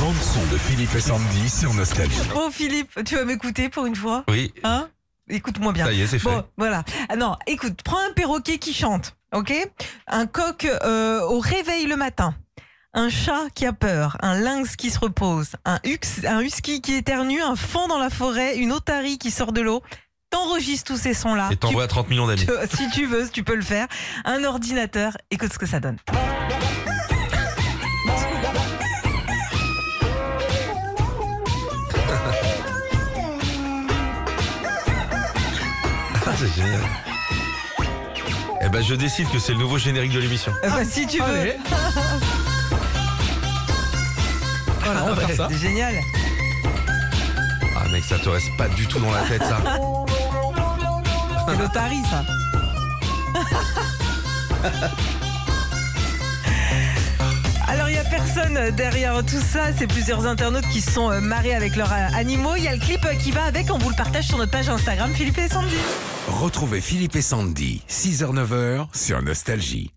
bande son de Philippe et Sandy sur Nostalgie. Oh Philippe, tu vas m'écouter pour une fois Oui, Hein Écoute-moi bien. ça y est, c'est fait. Bon, voilà. Ah non, écoute, prends un perroquet qui chante, ok Un coq euh, au réveil le matin. Un chat qui a peur, un lynx qui se repose, un, hux- un husky qui éternue, un fan dans la forêt, une otarie qui sort de l'eau. T'enregistres tous ces sons-là. Et Tu t'envoies à 30 millions d'amis. peux- si tu veux, tu peux le faire. Un ordinateur, écoute ce que ça donne. Ah, c'est génial. Eh ben, je décide que c'est le nouveau générique de l'émission. Euh, bah, si Ah, tu veux. Allez. Voilà. On va faire ça. Ah, bah, C'est génial. Ah, mec, ça te reste pas du tout dans la tête, ça. C'est l'Otari, ça. Alors, il n'y a personne derrière tout ça. C'est plusieurs internautes qui se sont euh, marrés avec leurs euh, animaux. Il y a le clip euh, qui va avec. On vous le partage sur notre page Instagram, Philippe et Sandy. Retrouvez Philippe et Sandy, 6h-9h sur Nostalgie.